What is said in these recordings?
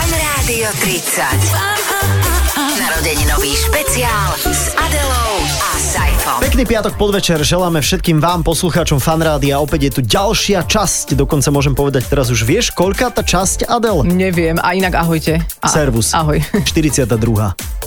Rádio 30. Narodeninový špeciál s Adelou a Saifom. Pekný piatok podvečer želáme všetkým vám, poslucháčom fanrádia. Opäť je tu ďalšia časť, dokonca môžem povedať teraz už vieš, koľká tá časť Mm. Adel? Neviem, a inak ahojte. A, Servus. Ahoj. 42.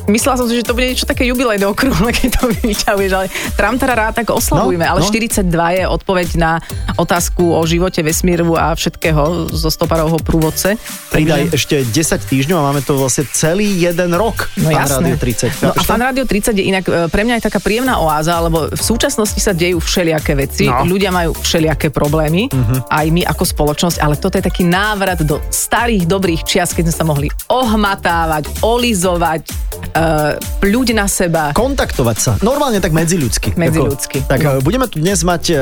Myslela som si, že to bude niečo také jubilejné okrúhle, keď to vyťahuješ, ale tram tarará, tak oslavujme. No, no. ale 42 je odpoveď na otázku o živote vesmíru a všetkého zo stoparovho prúvodce. Pridaj ešte 10 týždňov a máme to vlastne celý jeden rok. No Fan jasné. Rádio 30. No a Chápeš to? Fan Rádio 30 je inak e, pre mňa aj taká príjemná oáza, lebo v súčasnosti sa dejú všelijaké veci, No. Mhm. no. ľudia majú všelijaké problémy, aj my ako spoločnosť, ale toto je taký návrat do starých dobrých čias, keď sme sa mohli ohmatávať, olizovať, uh, pľuť na seba. kontaktovať sa. Normálne tak medziľudsky. Medziľudsky. Ako, tak no. budeme tu dnes mať e,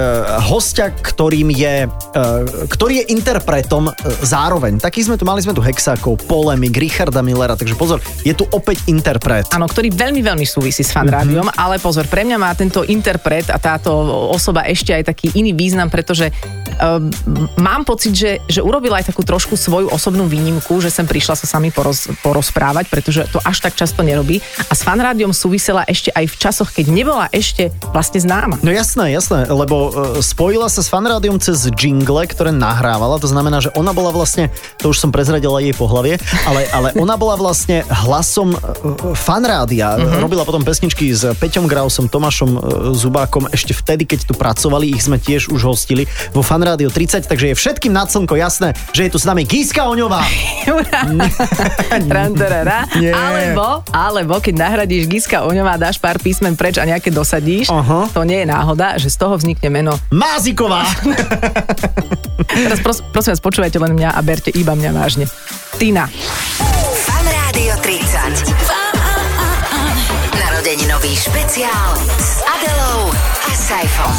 hostia, ktorým je, e, ktorý je interpretom e, zároveň. Takých sme tu, mali sme tu Hexákov, Polemik, Richarda Millera, takže pozor, je tu opäť interpret. Áno, ktorý veľmi, veľmi súvisí s fanrádiom, Mhm. mm-hmm. ale pozor, pre mňa má tento interpret a táto osoba ešte aj taký iný význam, pretože um, mám pocit, že, že urobila aj takú trošku svoju osobnú výnimku, že sem prišla sa sami poroz, porozprávať, pretože to až tak často nerobí. A s fanrádiom súvisela ešte aj v časoch, keď nebola ešte vlastne známa. No jasné, jasné, lebo e, spojila sa s fanrádiom cez jingle, ktoré nahrávala, to znamená, že ona bola vlastne, to už som prezradila jej pohlavie, ale, ale ona bola vlastne hlasom e, e, fanrádia. Mm-hmm. Robila potom pesničky s Peťom Grausom, Tomášom e, Zubákom, ešte vtedy, keď tu pracovali, ich sme tiež už hostili vo fanrádiu 30, takže je všetkým na slnko jasné, že je tu s nami Gíska Oňová. Tran, tarara. Nie. Alebo, alebo keď nahradíš Giska Oňová, dáš pár písmen preč a nejaké dosadíš, Aha. to nie je náhoda, že z toho vznikne meno Máziková. Teraz pros, prosím vás, počúvajte len mňa a berte iba mňa vážne. Tina. Fan Rádio 30. Narodeninový špeciál s Adelou a Saifom.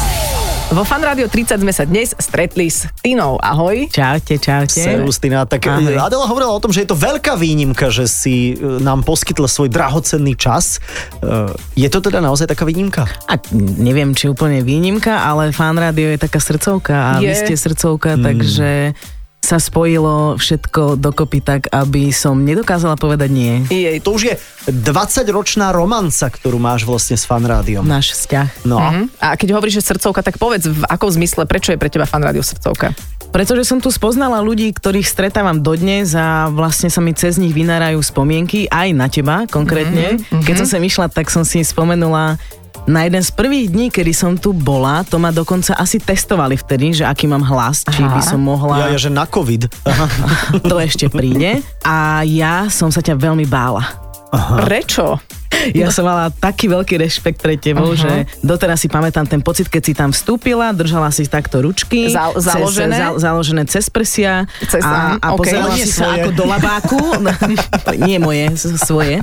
Vo Fanrádio 30 sme sa dnes stretli s Tinou. Ahoj. Čaute, čaute. Servus, Tina. Tak Ahoj. Ahoj. Adela hovorila o tom, že je to veľká výnimka, že si e, nám poskytla svoj drahocenný čas. E, Je to teda naozaj taká výnimka? A neviem, či úplne výnimka, ale fan rádio je taká srdcovka a Je. vy ste srdcovka, Hmm. mm. takže sa spojilo všetko dokopy tak, aby som nedokázala povedať nie. Jej. To už je 20-ročná romanca, ktorú máš vlastne s fanrádiom. Náš vzťah. No, mm-hmm. Hm? A keď hovoríš, že srdcovka, tak povedz, v akom zmysle, prečo je pre teba Fanrádio srdcovka? Pretože som tu spoznala ľudí, ktorých stretávam dodnes a vlastne sa mi cez nich vynárajú spomienky, aj na teba Mhm, konkrétne. Mm-hmm. Keď som sem išla, tak som si spomenula na jeden z prvých dní, kedy som tu bola, to ma dokonca asi testovali vtedy, že aký mám hlas, či Aha. by som mohla... ja, ja, že na COVID. to ešte príde. A ja som sa ťa veľmi bála. Aha. Prečo? Ja som mala taký veľký rešpekt pre tebou, Aha. že doteraz si pamätám ten pocit, keď si tam vstúpila, držala si takto ručky. Za- založené? Cez, za, založené cez prsia. Cez- a, aha, a ok. pozerala Ale nie si sa svoje. ako do labáku. Nie moje, s- svoje.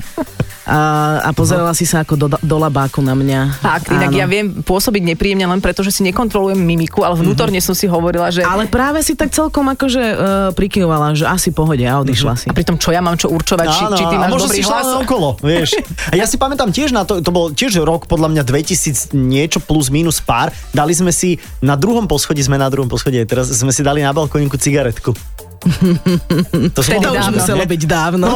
A, a pozerala si sa ako do, do labáku na mňa. Fakt, inak Áno. ja viem pôsobiť nepríjemne len preto, že si nekontrolujem mimiku, ale vnútorne som si hovorila, že... Mhm. Ale práve si tak celkom akože uh, prikyvovala, že asi pohode a odišla si. Mhm. A pritom čo ja mám čo určovať, či, či ty a máš možno dobrý si hlas? šla okolo, vieš. A ja si pamätám tiež na to, to bol tiež rok podľa mňa 2000 niečo plus minus pár. Dali sme si na druhom poschodí, sme na druhom poschodí, aj teraz sme si dali na balkóniku cigaretku. To, som mal- Vtedy to už dávno. muselo byť dávno.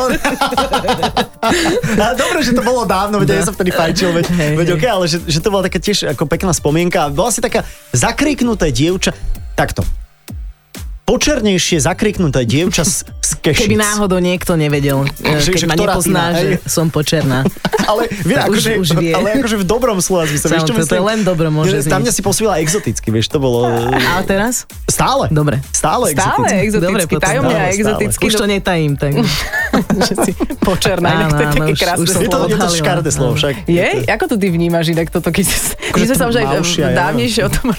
A dobre, že to bolo dávno, veď ja som vtedy fajčil, veď, Hej, veď hej. okay, ale že, že to bola taká tiež ako pekná spomienka. A Bola si taká zakriknuté dievča, takto. Počernejšie zakriknuté dievča z, z Kešic. Keby náhodou niekto nevedel, Že- e, že keď ma ktorá nepozná, Tina, že hej? som počerná. Ale, vie, To akože, už- už vie. ale akože v dobrom slova zmysle. Sam, vieš, čo to- to myslím? len dobro Tam môže znieť. mňa si posvíla exoticky, vieš, to bolo... A teraz? Stále. Dobre. Stále, Stále exoticky. Dobre, exoticky, potom tajomne dáva a stále. exoticky. Už to netajím, tak. že si počerná, inak to je Áno, áno, také už- krásne už som Je to, je to odhalila. škaredé slovo však. Je? Ako to ty vnímaš inak toto, keď si- my Akože sme sa to už aj eh, malšia, ja dávnejšie o tom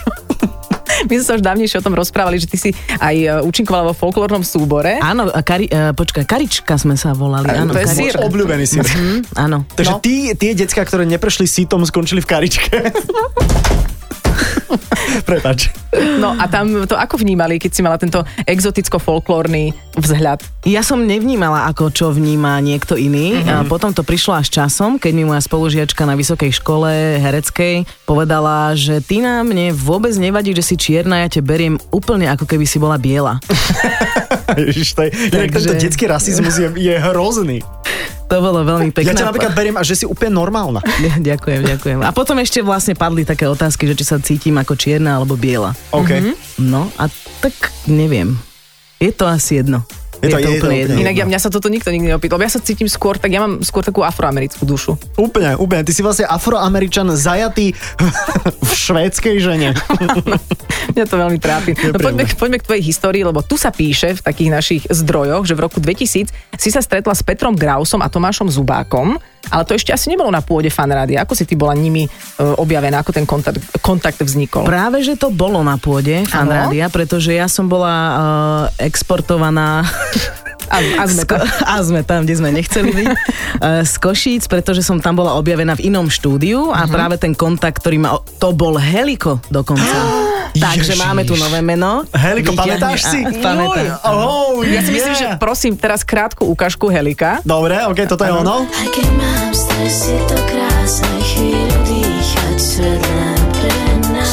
my sme sa už dávnejšie o tom rozprávali, že ty si aj e, účinkovala vo folklórnom súbore. Ah. Áno, a kari, e, počkaj, karička sme sa volali. A Áno, to je kari- sír. Obľúbený sír. Hm, áno. Takže No. tí, tie decka, ktoré neprešli sítom, skončili v karičke. Prepač. No a tam to ako vnímali, keď si mala tento exoticko-folklórny vzhľad? Ja som nevnímala, ako čo vníma niekto Mhm. iný. Mm-hmm. A potom to prišlo až časom, keď mi moja spolužiačka na vysokej škole hereckej povedala, že ty na mne vôbec nevadí, že si čierna, ja te beriem úplne ako keby si bola biela. Ježiš, to je, inak Takže- tento detský rasizmus je, je hrozný. To bolo veľmi pekné. Ja ťa napríklad beriem a že si úplne normálna. Ďakujem, ďakujem. A potom ešte vlastne padli také otázky, že či sa cítim ako čierna alebo biela. OK. Mhm. No a tak neviem. Je to asi jedno. Je to- je to úplne jedno. Inak ja, mňa sa toto nikto nikdy neopýtal. lebo Ja sa cítim skôr, tak ja mám skôr takú afroamerickú dušu. Úplne, úplne. Ty si vlastne afroameričan zajatý v švédskej žene. Mňa to veľmi trápi. No príjemné. poďme, k- poďme k tvojej histórii, lebo tu sa píše v takých našich zdrojoch, že v roku 2000 si sa stretla s Petrom Grausom a Tomášom Zubákom, ale to ešte asi nebolo na pôde fanrádia. Ako si ty bola nimi e, objavená, ako ten kontakt, kontakt vznikol? Práve, že to bolo na pôde fanrádia, pretože ja som bola uh, exportovaná A, a sme Sko- tak. a sme tam, kde sme nechceli byť. Eh, Z Košíc, pretože som tam bola objavená v inom štúdiu a práve ten kontakt, ktorý ma... o- To bol Heliko dokonca. Takže Ježiš. máme tu nové meno. Heliko, Vyťahne- pamätáš si? a- Pamätám. Joj, Oh, Ja si myslím, že prosím teraz krátku ukážku Helika. Dobre, OK, toto je ono. Taky mám stresitou krásné chvíli dýchat svět neprená.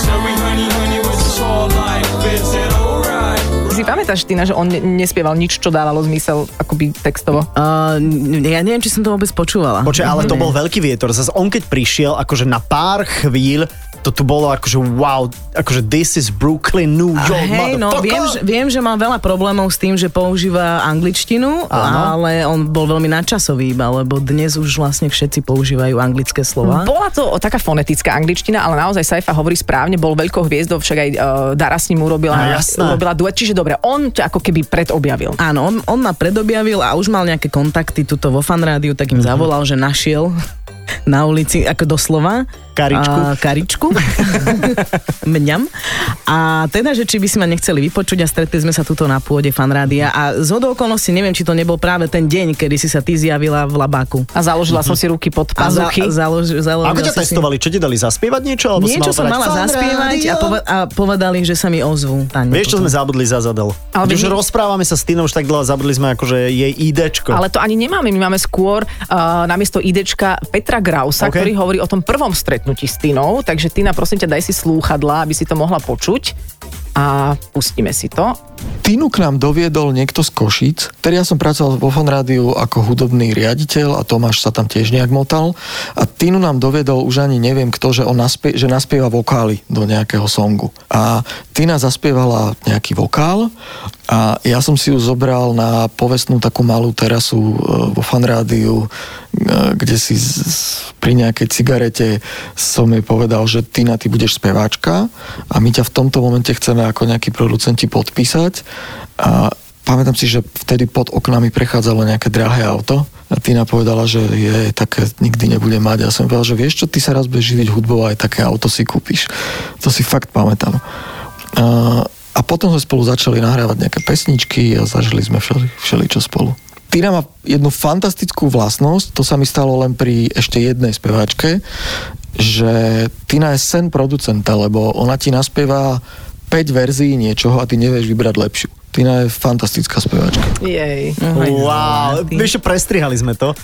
Si pamätáš, Tina, že on ne- nespieval nič, čo dávalo zmysel akoby textovo? Eh, n- ja neviem, či som to vôbec počúvala. Počkaj, ale Mhm. to bol veľký vietor. Zas on keď prišiel, akože na pár chvíľ, to tu bolo akože wow, akože this is Brooklyn, New A York, Hej, no, motherfucker. viem, že- viem, že mám veľa problémov s tým, že používa angličtinu, Áno. ale on bol veľmi nadčasový iba, lebo dnes už vlastne všetci používajú anglické slova. Bola to taká fonetická angličtina, ale naozaj Saifa hovorí správne, bol veľkou hviezdou, však aj uh, Dara s ním urobila, No, jasné. urobila duet, čiže dobre, on to ako keby predobjavil. Áno, on, on ma predobjavil a už mal nejaké kontakty tuto vo fanrádiu, tak Mhm. im zavolal, že našiel na ulici, ako doslova. Karičku. A, karičku. Mňam. A teda, že či by si ma nechceli vypočuť a stretli sme sa tuto na pôde fanrádia a z okolností neviem, či to nebol práve ten deň, kedy si sa ty zjavila v Labáku. A založila som si ruky pod pazuchy. A za, založ, založila Ako ťa si si- testovali? Čo ti dali zaspievať niečo? Alebo si Niečo som povedať, mala "Fan zaspievať rádio"? a, pova- a povedali, že sa mi ozvú. Tania, Vieš, čo potom. sme zabudli za zadel? Ale Keď vy- už rozprávame sa s Tinou, už tak dlho zabudli sme akože jej IDčko. Ale to ani nemáme, my máme skôr uh, namiesto idečka Petra Grausa, OK. okay. ktorý hovorí o tom prvom stretnutí s Tinou, takže Tina, prosím ťa, daj si slúchadla, aby si to mohla počuť a pustíme si to. Tinu k nám doviedol niekto z Košíc, ktorý ja som pracoval vo fanrádiu ako hudobný riaditeľ a Tomáš sa tam tiež nejak motal. A Tinu nám doviedol už ani neviem kto, že on naspie, že naspieva vokály do nejakého songu. A Tina zaspievala nejaký vokál a ja som si ju zobral na povestnú takú malú terasu e, vo fanrádiu, e, kde si z, z, pri nejakej cigarete som jej povedal, že Tina, ty budeš speváčka a my ťa v tomto momente chceme ako nejakí producenti podpísať. A pamätám si, že vtedy pod oknami prechádzalo nejaké drahé auto a Tina povedala, že je také nikdy nebude mať. A som jej povedal, že vieš čo, ty sa raz budeš živiť hudbou a aj také auto si kúpiš. To si fakt pamätám. A, a potom sme spolu začali nahrávať nejaké pesničky a zažili sme všeli, všeličo spolu. Tina má jednu fantastickú vlastnosť, to sa mi stalo len pri ešte jednej speváčke, že Tina je sen producenta, lebo ona ti naspieva 5 verzií niečoho a ty nevieš vybrať lepšiu. Tina je fantastická speváčka. Jej. Wow, vieš, čo, prestrihali sme to.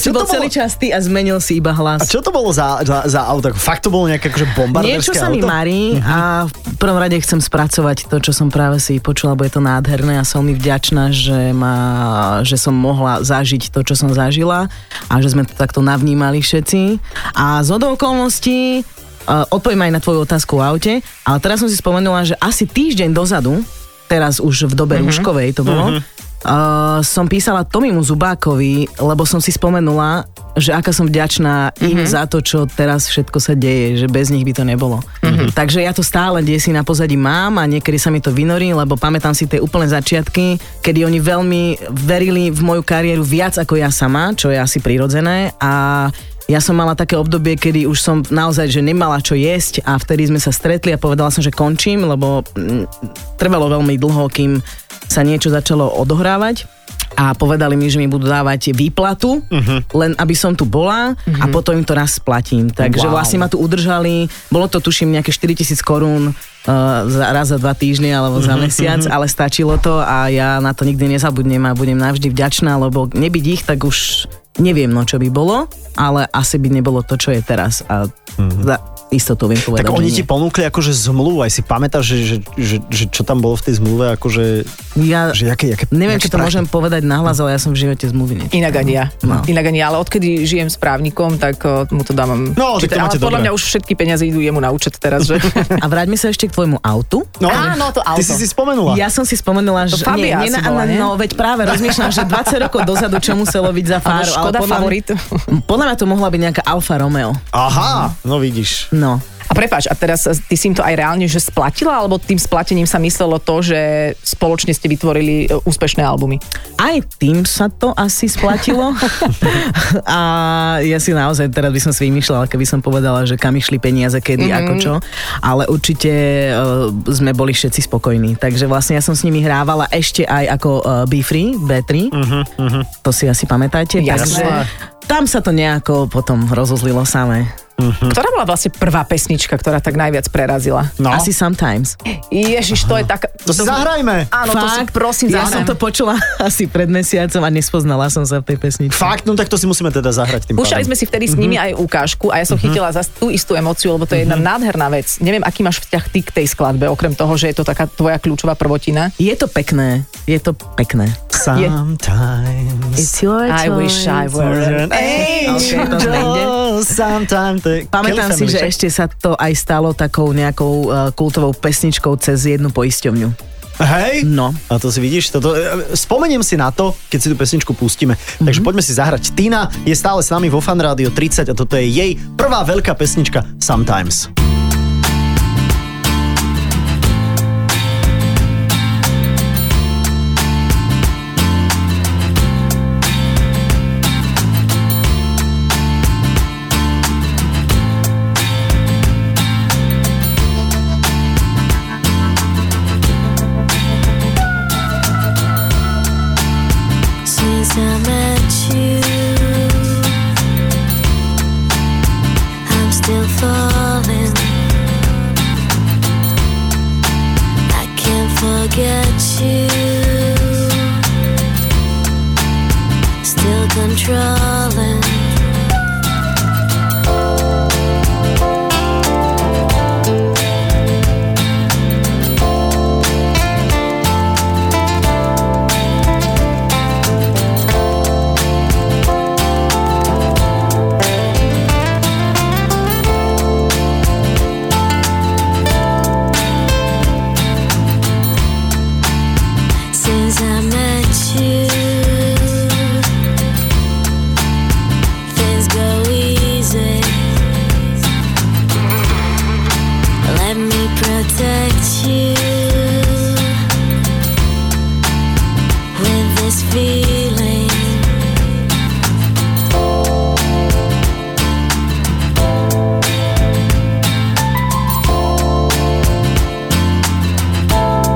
Ale si čo bol to celý bolo, čas ty a zmenil si iba hlas. a čo to bolo za, za, za auto? Fakt to bolo nejaké akože Niečo bombarderské sa auto? mi marí a v prvom rade chcem spracovať to, čo som práve si počula, lebo je to nádherné a som mi vďačná, že, ma, že som mohla zažiť to, čo som zažila a že sme to takto navnímali všetci. A z okolností uh, odpoviem aj na tvoju otázku o aute, ale teraz som si spomenula, že asi týždeň dozadu, teraz už v dobe mm-hmm. rúškovej to bolo, Uh, som písala Tomimu Zubákovi, lebo som si spomenula, že aká som vďačná mm-hmm. im za to, čo teraz všetko sa deje, že bez nich by to nebolo. Mm-hmm. Takže ja to stále kde si na pozadí mám a niekedy sa mi to vynorí, lebo pamätám si tie úplné začiatky, kedy oni veľmi verili v moju kariéru viac ako ja sama, čo je asi prirodzené a ja som mala také obdobie, kedy už som naozaj, že nemala čo jesť a vtedy sme sa stretli a povedala som, že končím, lebo mm, trvalo veľmi dlho, kým sa niečo začalo odohrávať. a povedali mi, že mi budú dávať výplatu, uh-huh. len aby som tu bola uh-huh. a potom im to raz splatím. Takže Wow. wow. vlastne ma tu udržali, bolo to tuším nejaké 4000 korún uh, za, raz za dva týždne alebo za mesiac, ale stačilo to a ja na to nikdy nezabudnem a budem navždy vďačná, lebo nebyť ich, tak už neviem, no čo by bolo, ale asi by nebolo to, čo je teraz a za istotu viem povedať, Mhm. Tak že oni nie. ti ponúkli akože zmluvu, aj si pamätáš, že, že, že, že čo tam bolo v tej zmluve, akože, Ja že jaké, jaké neviem, jaké či to prachy? môžem povedať nahlas, ale ja som v živote zmluvy nečítala. Inak ani ja. No. Inak ani ja, ale odkedy žijem s právnikom, tak o, mu to dávam. No, tak Čiže- to máte ale podľa dobré. mňa už všetky peniaze idú jemu na účet teraz, že? A vráťme sa ešte k tvojmu autu. No, Áno, to Ty auto. si si spomenula. Ja som si spomenula, To že... Fabia asi na- bola, nie? No, veď práve rozmýšľam, že 20 rokov dozadu, čo muselo byť za Áno, fáru. škoda podľa mňa- favorit. Podľa mňa to mohla byť nejaká Alfa Romeo. Aha, no vidíš. No. A prepáč, a teraz eh, ty si im to aj reálne že splatila, alebo tým splatením sa myslelo to, že spoločne ste vytvorili e, úspešné albumy? Aj tým sa to asi splatilo. a ja si naozaj, teraz by som si vymýšľala, keby som povedala, že kam išli peniaze, Mhm. kedy, mm-hmm. ako čo. Ale určite uh, sme boli všetci spokojní. Takže vlastne ja som s nimi hrávala ešte aj ako uh, B-Free, B3. Mm-hmm. To si asi pamätáte. Mhm, Jasné. Takže tam sa to nejako potom rozozlilo samé. Hm. Ktorá bola vlastne prvá pesnička, ktorá tak najviac prerazila? No, Asi sometimes. Ježiš, to je tak... to si zahrajme. Áno, to si prosím ja som zahrajme. to počula asi pred mesiacom a nespoznala som sa v tej pesničke. Fakt, no tak to si musíme teda zahrať tým Púšťali pádom. sme si vtedy s Mhm. nimi aj ukážku a ja som chytila zase tú istú emóciu, lebo to je jedna nádherná vec. Neviem, aký máš vzťah ty k tej skladbe, okrem toho, že je to taká tvoja kľúčová prvotina. Je to pekné, je to pekné. Sometimes. your I wish I were. an angel, to sme inde. sometimes. To je Pamätám Kelly si, Family, že však? ešte sa to aj stalo takou nejakou uh, kultovou pesničkou cez jednu poisťovňu. Hej? No. A to si vidíš, toto, e, spomeniem si na to, keď si tú pesničku pustíme. Mhm. Mm-hmm. Takže poďme si zahrať. Tina je stále s nami vo Fan Rádio 30 a toto je jej prvá veľká pesnička Sometimes. Since I met you, I'm still falling. I can't forget you. Still controlling. Since I met you, things go easy. Let me protect you with this feeling.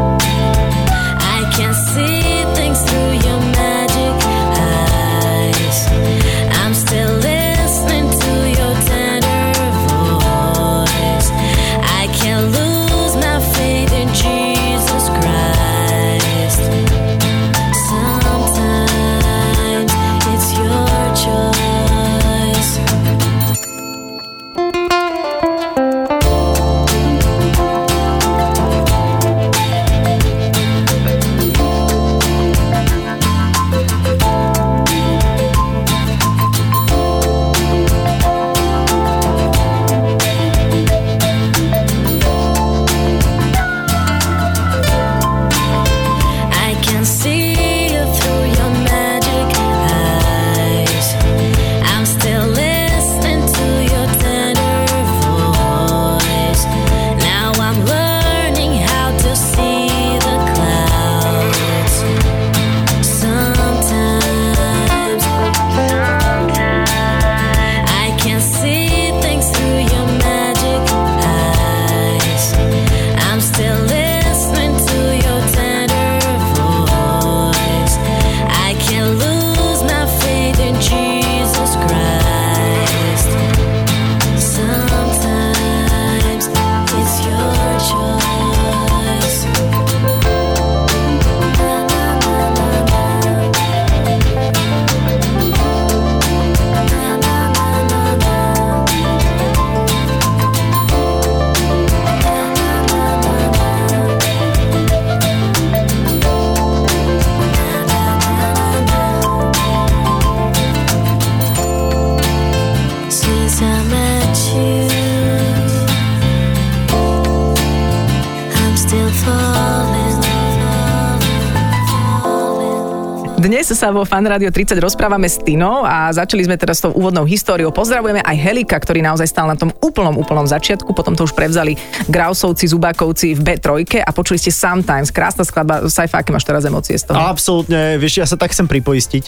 I can see things through your magic eyes. I'm still listening to your tender voice. I can't lose my faith in Jesus Christ. Sometimes. Dnes sa vo Fan Radio 30 rozprávame s Tinou a začali sme teraz s tou úvodnou históriou. Pozdravujeme aj Helika, ktorý naozaj stal na tom úplnom, úplnom začiatku, potom to už prevzali Grausovci, Zubákovci v B3 a počuli ste Sometimes. Krásna skladba, Saifa, aké máš teraz emócie z toho? No. Absolútne, vieš, ja sa tak chcem pripoistiť.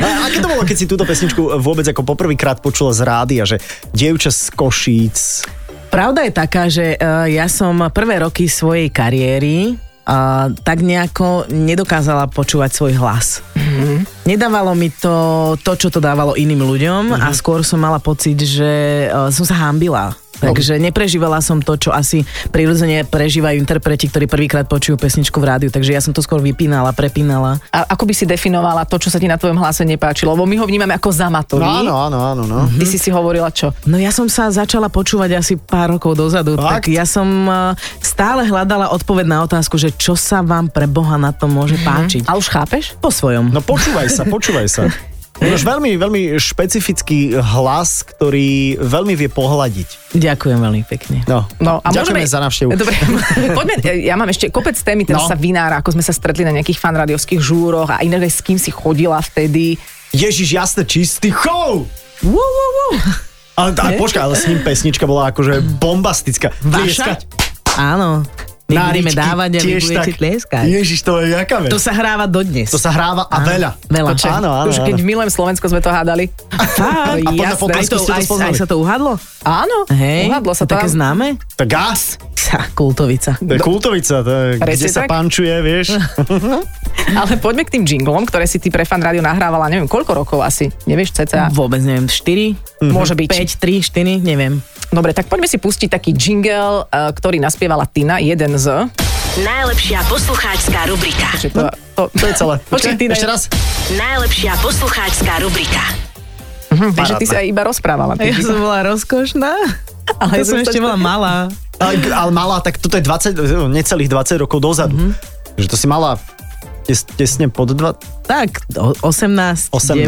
a aké to bolo, keď si túto pesničku vôbec ako poprvýkrát počula z rádia, že dievča z Košíc, Pravda je taká, že eh, ja som prvé roky svojej kariéry eh, tak nejako nedokázala počúvať svoj hlas. Mm-hmm. Nedávalo mi to, to, čo to dávalo iným ľuďom mm-hmm. a skôr som mala pocit, že eh, som sa hambila. Takže neprežívala som to, čo asi prirodzene prežívajú interpreti, ktorí prvýkrát počujú pesničku v rádiu. Takže ja som to skôr vypínala, prepínala. A ako by si definovala to, čo sa ti na tvojom hlase nepáčilo? Lebo my ho vnímame ako zamatový. No áno, áno, áno, no. Ty si si hovorila čo? No ja som sa začala počúvať asi pár rokov dozadu, Fakt? tak ja som eh, stále hľadala odpoveď na otázku, že čo sa vám pre Boha na tom môže páčiť. A už chápeš? Po Mhm. svojom. No počúvaj sa, počúvaj sa. Máš veľmi, veľmi špecifický hlas, ktorý veľmi vie pohľadiť. Ďakujem veľmi pekne. No, No, a Ďakujeme môžeme... za návštevu. Dobre, poďme, ja mám ešte kopec témy, teraz No. no. sa vynára, ako sme sa stretli na nejakých fanradiovských žúroch a inak aj s kým si chodila vtedy. Ježiš, jasne, čistý chov! Wú, wú, wú. Ale, ale počkaj, ale s ním pesnička bola akože bombastická. Tlieskať. Áno. My budeme Náričky dávať a vy tiež budete tak. tlieskať. Ježiš, to je jaká vec. To sa hráva dodnes. to sa hráva a veľa. veľa. Počkaj, Áno, áno, Už keď áno. v Milém Slovensko sme to hádali. Fakt? A podľa Jasné. aj, fotky ste to, to aj, spoznali. aj sa to uhadlo? Áno, Hej, uhadlo sa to. také známe? To gas. Sa, kultovica. To je kultovica, to je, kde Presne sa tak. pančuje, vieš. No, Ale poďme k tým jinglom, ktoré si ty pre fan rádio nahrávala, neviem, koľko rokov asi, nevieš, cca. Vôbec neviem, 4? Mhm. Môže byť. 5, 3, 4, neviem. Dobre, tak poďme si pustiť taký jingle, e, ktorý naspievala Tina, jeden z. Najlepšia poslucháčská rubrika. Že to, No, to, To je celé. Počkaj, Tina, ešte raz. Najlepšia poslucháčská rubrika. Takže ty Parádne. si aj iba rozprávala. Ja Ty, som bola rozkošná, ale Ale ja som zostať- ešte bola malá. Ale, ale mala, tak toto je 20, necelých 20 rokov dozadu. Mhm. Že to si mala tes, tesne pod dva... Tak, o- 18, 18.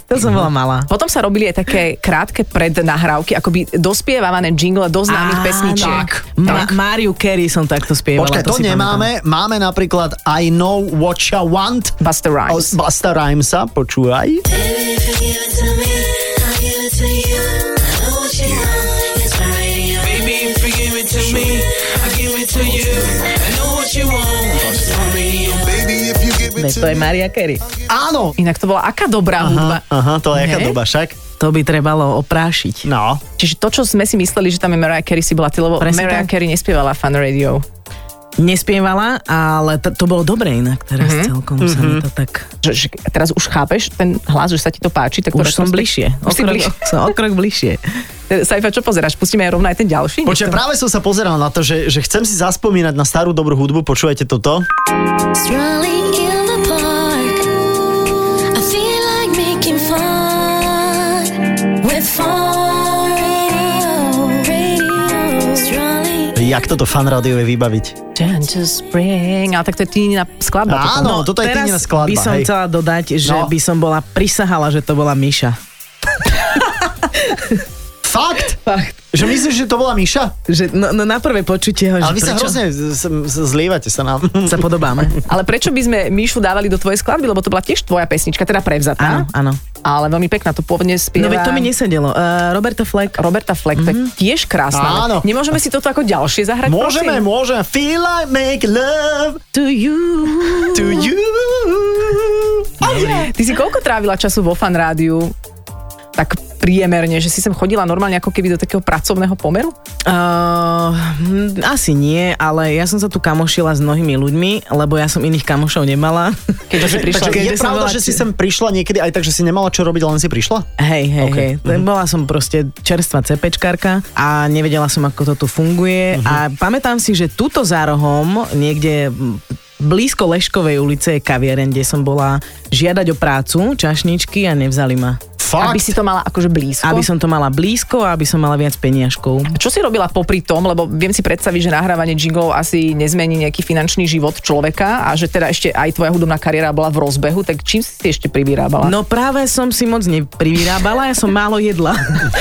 19, to som bola malá. Potom sa robili aj také krátke prednahrávky, akoby dospievávané jingle do známych pesničiek. Tak, Ma- Mariu Carey som takto spievala. Počkaj, to, si nemáme. Máme napríklad I know what you want. Buster Od Rhymes. Busta Rhymesa, počúvaj. Baby, if you give it to me, I'll give it to you. I know what you want, it's my radio. Baby, if you give it to me, I give it to you. I know what you want. It's on radio. Baby, if you give pamätám. Veď To je Maria Carey. Áno! Inak to bola aká dobrá hudba. Aha, to je jaká Ne? doba, však? To by trebalo oprášiť. No. Čiže to, čo sme si mysleli, že tam je Mariah Carey, si bola ty, lebo Presne Mariah tak. Carey nespievala fan radio. Nespievala, ale to, to bolo dobre inak teraz mm-hmm. celkom mm-hmm. sa mi to tak... Že, že teraz už chápeš ten hlas, že sa ti to páči. Tak to Už som retrospekt- bližšie. Už si Okrok, bližšie. som okrok bližšie. Sajfa, čo pozeráš? Pustíme aj rovno aj ten ďalší? Počkaj, práve som sa pozeral na to, že, že chcem si zaspomínať na starú dobrú hudbu, počúvajte toto. Strolling in the park, I feel like making fun with fun radio. Strolling. Jak toto fan rádio je vybaviť? Gentle Spring, ale tak to je Tínina skladba. toto. Áno, No, toto je No, Teraz Tinina skladba. by som hej. chcela dodať, že No. no. by som bola prisahala, že to bola Miša. Fakt? Fakt. Že myslíš, že to bola Miša? Že, no, no na prvé počutie ho, Ale že vy sa prečo hrozne z- z- z- zlievate sa nám. sa podobáme. Ale prečo by sme Míšu dávali do tvojej skladby, lebo to bola tiež tvoja pesnička, teda prevzatá. Áno, áno. Ale veľmi pekná, to pôvodne No spieva. veď to mi nesedelo. Uh, Roberta Fleck. Roberta Fleck, mm-hmm. to je tiež krásna. Áno. Nemôžeme si toto ako ďalšie zahrať? Môžeme, prosím? môžeme. Feel like make love To you. to you. Ty si koľko trávila času vo fan rádiu? Tak priemerne, že si sem chodila normálne ako keby do takého pracovného pomeru? Uh, asi nie, ale ja som sa tu kamošila s mnohými ľuďmi, lebo ja som iných kamošov nemala. Keďže si prišla... Takže je Kde som pravda, bola? že si sem prišla niekedy aj tak, že si nemala čo robiť, len si prišla? Hej, hej, Okay. okay. hej. Mm-hmm. Bola som proste čerstvá cepečkárka a nevedela som, ako to tu funguje. Mm-hmm. A pamätám si, že túto za rohom, niekde m, blízko Leškovej ulice je kaviareň, kde som bola žiadať o prácu, čašničky a nevzali ma. Fakt? Aby si to mala akože blízko. Aby som to mala blízko a aby som mala viac peniažkov. Čo si robila popri tom, lebo viem si predstaviť, že nahrávanie jinglov asi nezmení nejaký finančný život človeka a že teda ešte aj tvoja hudobná kariéra bola v rozbehu, tak čím si si ešte privyrábala? No práve som si moc neprivyrábala, ja som málo jedla.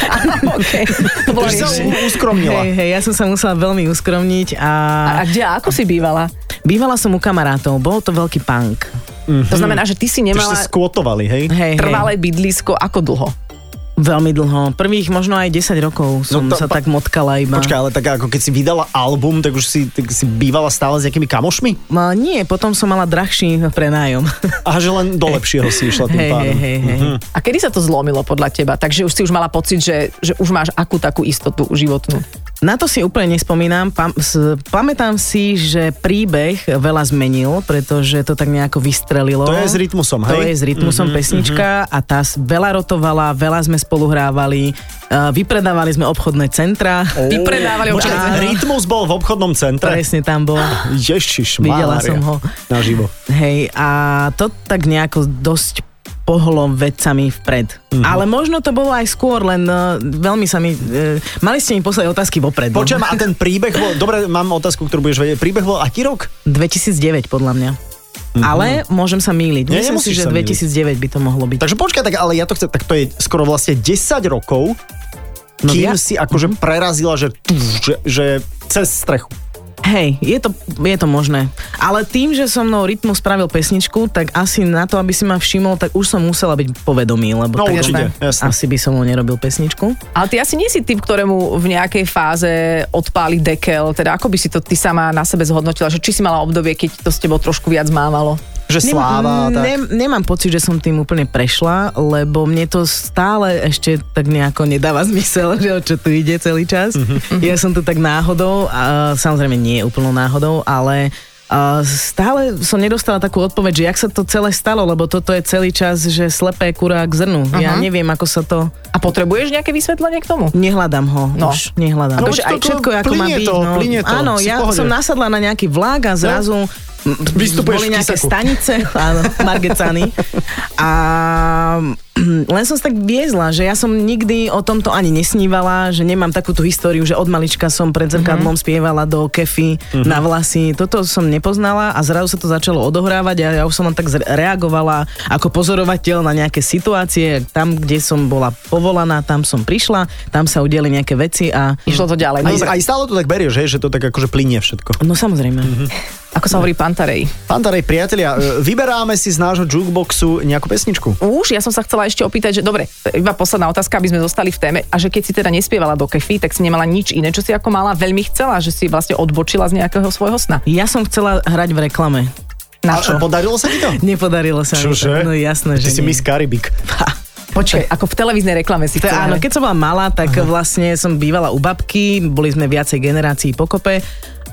okay. to bolo Už sa riešenie. u- uskromnila. Hej, hej, ja som sa musela veľmi uskromniť a... a, a kde, a ako si bývala? Bývala som u kamarátov, bol to veľký punk. To znamená, že ty si Čiže ste nemala skvotovali, hej? Mhm. Hej, hej, trvalé bydlisko ako dlho? veľmi dlho. Prvých možno aj 10 rokov som No to sa pa- tak motkala iba. Počkaj, ale tak ako keď si vydala album, tak už si, tak si bývala stále s nejakými kamošmi? Ma- No, Nie, potom som mala drahší prenájom. A že len do lepšieho si išla tým Hej, hej, pádom. Mhm. hej, hej. A kedy sa to zlomilo podľa teba? Takže už si už mala pocit, že, že už máš akú takú istotu životnú. Na to si úplne nespomínam. Pam, s, pamätám si, že príbeh veľa zmenil, pretože to tak nejako vystrelilo. To je s rytmusom, To hej? je s Mhm, rytmusom mm-hmm, pesnička mm-hmm. a tá s- veľa rotovala, veľa sme spoluhrávali, uh, vypredávali sme obchodné centra. Vypredávali Počkaj, obchodné centra. rytmus bol v obchodnom centre? Presne tam bol. Ah, Ježiš, Videla som ho. Naživo. Hej, a to tak nejako dosť pohlo vecami vpred. Mhm. Mm-hmm. Ale možno to bolo aj skôr, len uh, veľmi sa mi... Uh, mali ste mi poslať otázky vopred. no. Počujem, a ten príbeh bol, dobre, mám otázku, ktorú budeš vedieť. Príbeh bol aký rok? 2009 podľa mňa. Mm-hmm. Ale môžem sa Mhm. míliť. Nie, Myslím si, nemusíš že sa 2009 by to mohlo byť. Takže počkaj, tak ale ja to chcem, tak to je skoro vlastne 10 rokov, No kým ja- si akože prerazila, že, tu, že, že cez strechu. Hej, je to, je to možné. Ale tým, že so mnou Rytmus spravil pesničku, tak asi na to, aby si ma všimol, tak už som musela byť povedomý, lebo No tak určite, jasné. asi by som mu nerobil pesničku. Ale ty asi nie si typ, ktorému v nejakej fáze odpáli dekel, teda ako by si to ty sama na sebe zhodnotila, že či si mala obdobie, keď to s tebou trošku viac mávalo? Že Nem- sláva a tak. Nem, nemám pocit, že som tým úplne prešla, lebo mne to stále ešte tak nejako nedáva zmysel, že o čo tu ide celý čas. Mhm. Mm-hmm. Ja som tu tak náhodou, a samozrejme nie úplnou náhodou, ale a stále som nedostala takú odpoveď, že jak sa to celé stalo, lebo toto je celý čas, že slepé kurá k zrnu. Uh-huh. Ja Mhm. neviem, ako sa to... A potrebuješ nejaké vysvetlenie k tomu? Nehľadám ho, No. no. už nehľadám. No, Takže veď aj to- všetko, to ako má plinie byť. to, no. plinie to, áno, si v ja pohode. No. som nasadla na nejaký vlák a zrazu m, Vystupuješ boli v nejaké kysaku. stanice, áno, margecany. A m, len som sa tak viezla, že ja som nikdy o tomto ani nesnívala, že nemám takúto históriu, že od malička som pred zrkadlom Mhm. spievala do kefy na vlasy. Toto som nepoznala a zrazu sa to začalo odohrávať a ja už som len tak zre- reagovala ako pozorovateľ na nejaké situácie. Tam, kde som bola povolaná, tam som prišla, tam sa udiali nejaké veci a... Išlo to ďalej. Aj, Dobre. aj stále to tak berieš, hej, že to tak akože plinie všetko. No samozrejme. Mhm. Ako sa hovorí Pantarej. Pantarej, priatelia, e, vyberáme si z nášho jukeboxu nejakú pesničku. Už ja som sa chcela ešte opýtať, že dobre, iba posledná otázka, aby sme zostali v téme, a že keď si teda nespievala do kefy, tak si nemala nič iné, čo si ako mala veľmi chcela, že si vlastne odbočila z nejakého svojho sna. Ja som chcela hrať v reklame. A, Na a čo? podarilo sa ti to? Nepodarilo sa mi to. Čože? No jasné, Ty že si nie. Miss Karibik. Počkaj, ako v televíznej reklame si To, chcela. áno, hrať. keď som bola malá, tak Aha. vlastne som bývala u babky, boli sme viacej generácií pokope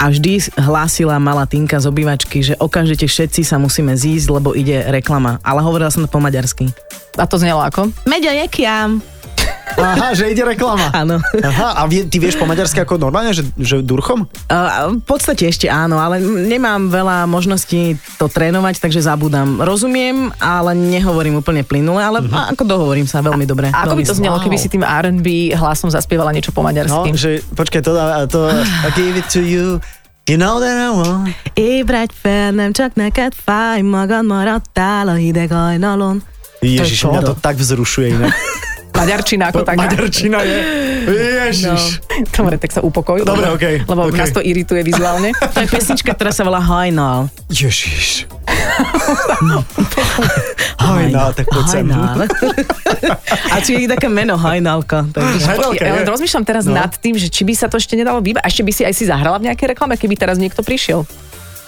a vždy hlásila malá Tinka z obývačky, že okamžite všetci sa musíme zísť, lebo ide reklama. Ale hovorila som to po maďarsky. A to znelo ako? Meďa jekiam. Aha, že ide reklama. Áno. Aha, a vie, ty vieš po maďarsky ako normálne, že, že durchom? A V podstate ešte áno, ale nemám veľa možností to trénovať, takže zabudám. Rozumiem, ale nehovorím úplne plynule, ale ako dohovorím sa veľmi dobre. A ako by Veľmi to znelo, keby si tým R&B hlasom zaspievala niečo po No, maďarsky? že počkaj, to, dá- to I gave it to you, you know that I want. Ébredj fel, nem csak neked fáj, magad maradtál a hideg hajnalon. Ježiš, čo? mňa to tak vzrušuje inak. Maďarčina ako taká. Maďarčina je. Ježiš. Dobre, tak sa upokoj. Dobre, lebo- okej, Lebo okej. nás to irituje vizuálne. To je pesnička, ktorá sa volá Hajnal. Ježiš. Hajná, tak poď sem. Hajnal. A či je také meno Hajnalka. Takže. Hajnalka, Ja len je. rozmýšľam teraz No. nad tým, že či by sa to ešte nedalo vybrať. A ešte by si aj si zahrala v nejakej reklame, keby teraz niekto prišiel.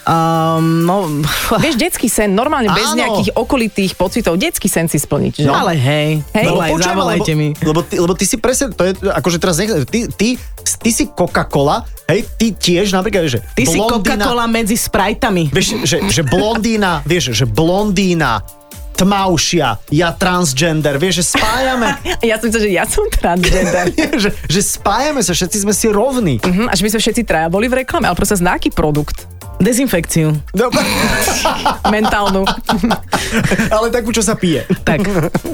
Um, no, Vieš, detský sen, normálne bez Ah. Áno. nejakých okolitých pocitov, detský sen si splniť. Že? no. ale hej, Hej. hej volaj, počujem, zavolajte lebo, mi. Lebo ty, lebo ty si presne, to je, akože teraz nech, ty, ty, ty si Coca-Cola, hej, ty tiež napríklad, že Ty si blondína- Coca-Cola medzi sprajtami. Vieš, že, že blondína, vieš, že blondína, tmavšia, ja transgender, vieš, že spájame, Ja som myslel, že ja som transgender. že, že spájame sa, všetci sme si rovní. Mhm, a že by sme všetci traja boli v reklame, ale proste na aký produkt? No, Dezinfekciu. Dobre. Mentálnu. ale takú, čo sa pije. Tak.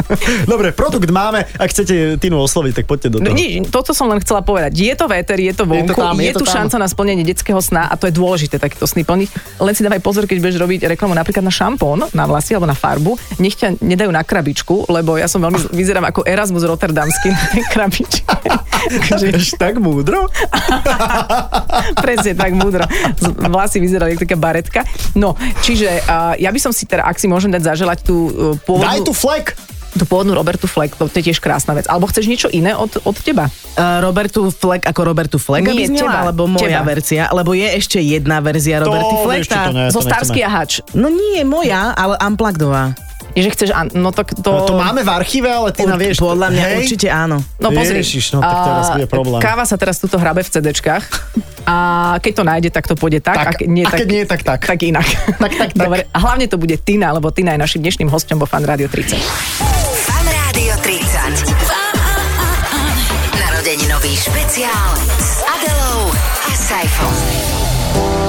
Dobre, produkt máme. Ak chcete Tinu osloviť, tak poďte do No, toho. nie, toto som len chcela povedať. Je to veter, je to vonku, je, to tam, je, je to tu tam. šanca na splnenie detského sna a to je dôležité takýto sny plniť. Len si dávaj pozor, keď budeš robiť reklamu napríklad na šampón, na vlasy alebo na farbu, nech ťa nedajú na krabičku, lebo ja som veľmi vyzerám ako Erasmus Rotterdamský na tej krabičke. Až tak múdro? Presne tak múdro. Z- Vlasy vyzerali ako taká baretka. No, čiže uh, ja by som si teda, ak si môžem dať zaželať tú Daj uh, pôvodnú, tu flek! tú pôvodnú Robertu Fleck, to je tiež krásna vec. Alebo chceš niečo iné od, od teba? Uh, Robertu Fleck ako Robertu Fleck, Nie, aby znela, teba, alebo moja teba. verzia, lebo je ešte jedna verzia Roberty To, Fleck. vieš čo, tá- to ne- Ja Zo nechcem Starsky mať. a Hutch. No nie, moja, ale Unpluggedová. Je, že chceš, an- no tak to... To máme v archíve, ale Tina, vieš... Podľa mňa hej? určite áno. No pozri. Ježiš, no tak teraz a bude problém. Káva sa teraz tuto hrabe v CDčkách a keď to nájde, tak to pôjde tak. Tak, a keď nie, a keď tak, nie, tak tak. Tak inak. Tak, tak, tak. Dobre, a hlavne to bude Tina, lebo Tina je našim dnešným hostom vo Fan Radio 30. Fan Rádio 30. Narodeninový špeciál s Adelou a Saifom.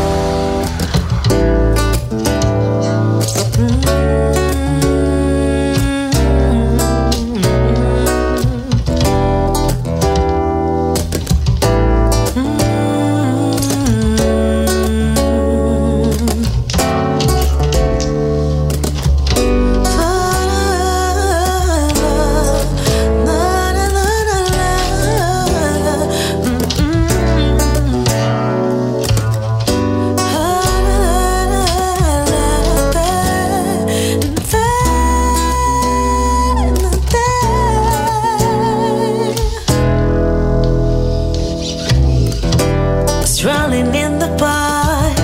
Strolling in the park,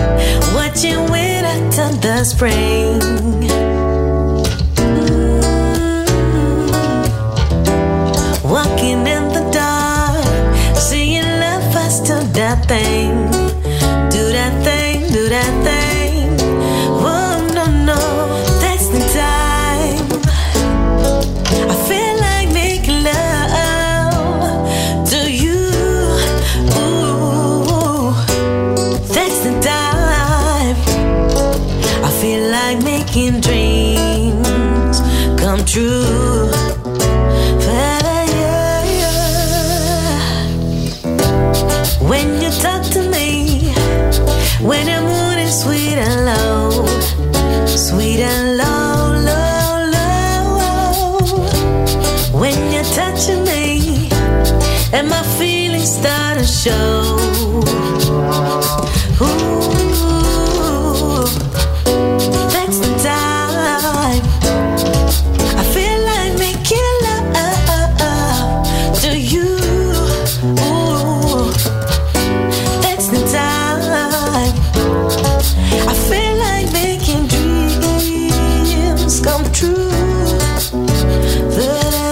watching winter turn the spring. Walking in the dark, seeing love us do that thing, do that thing, do that thing. Oh no no, that's the time. I feel like making love to you. Ooh, that's the time. I feel like making dreams come true. When you talk to me, when the mood is sweet and low, sweet and low, low, low. When you're touching me, and my feelings start to show. Ooh, that's the time. I feel like making love to you. Ooh, that's the time. I feel like making dreams come true. But I-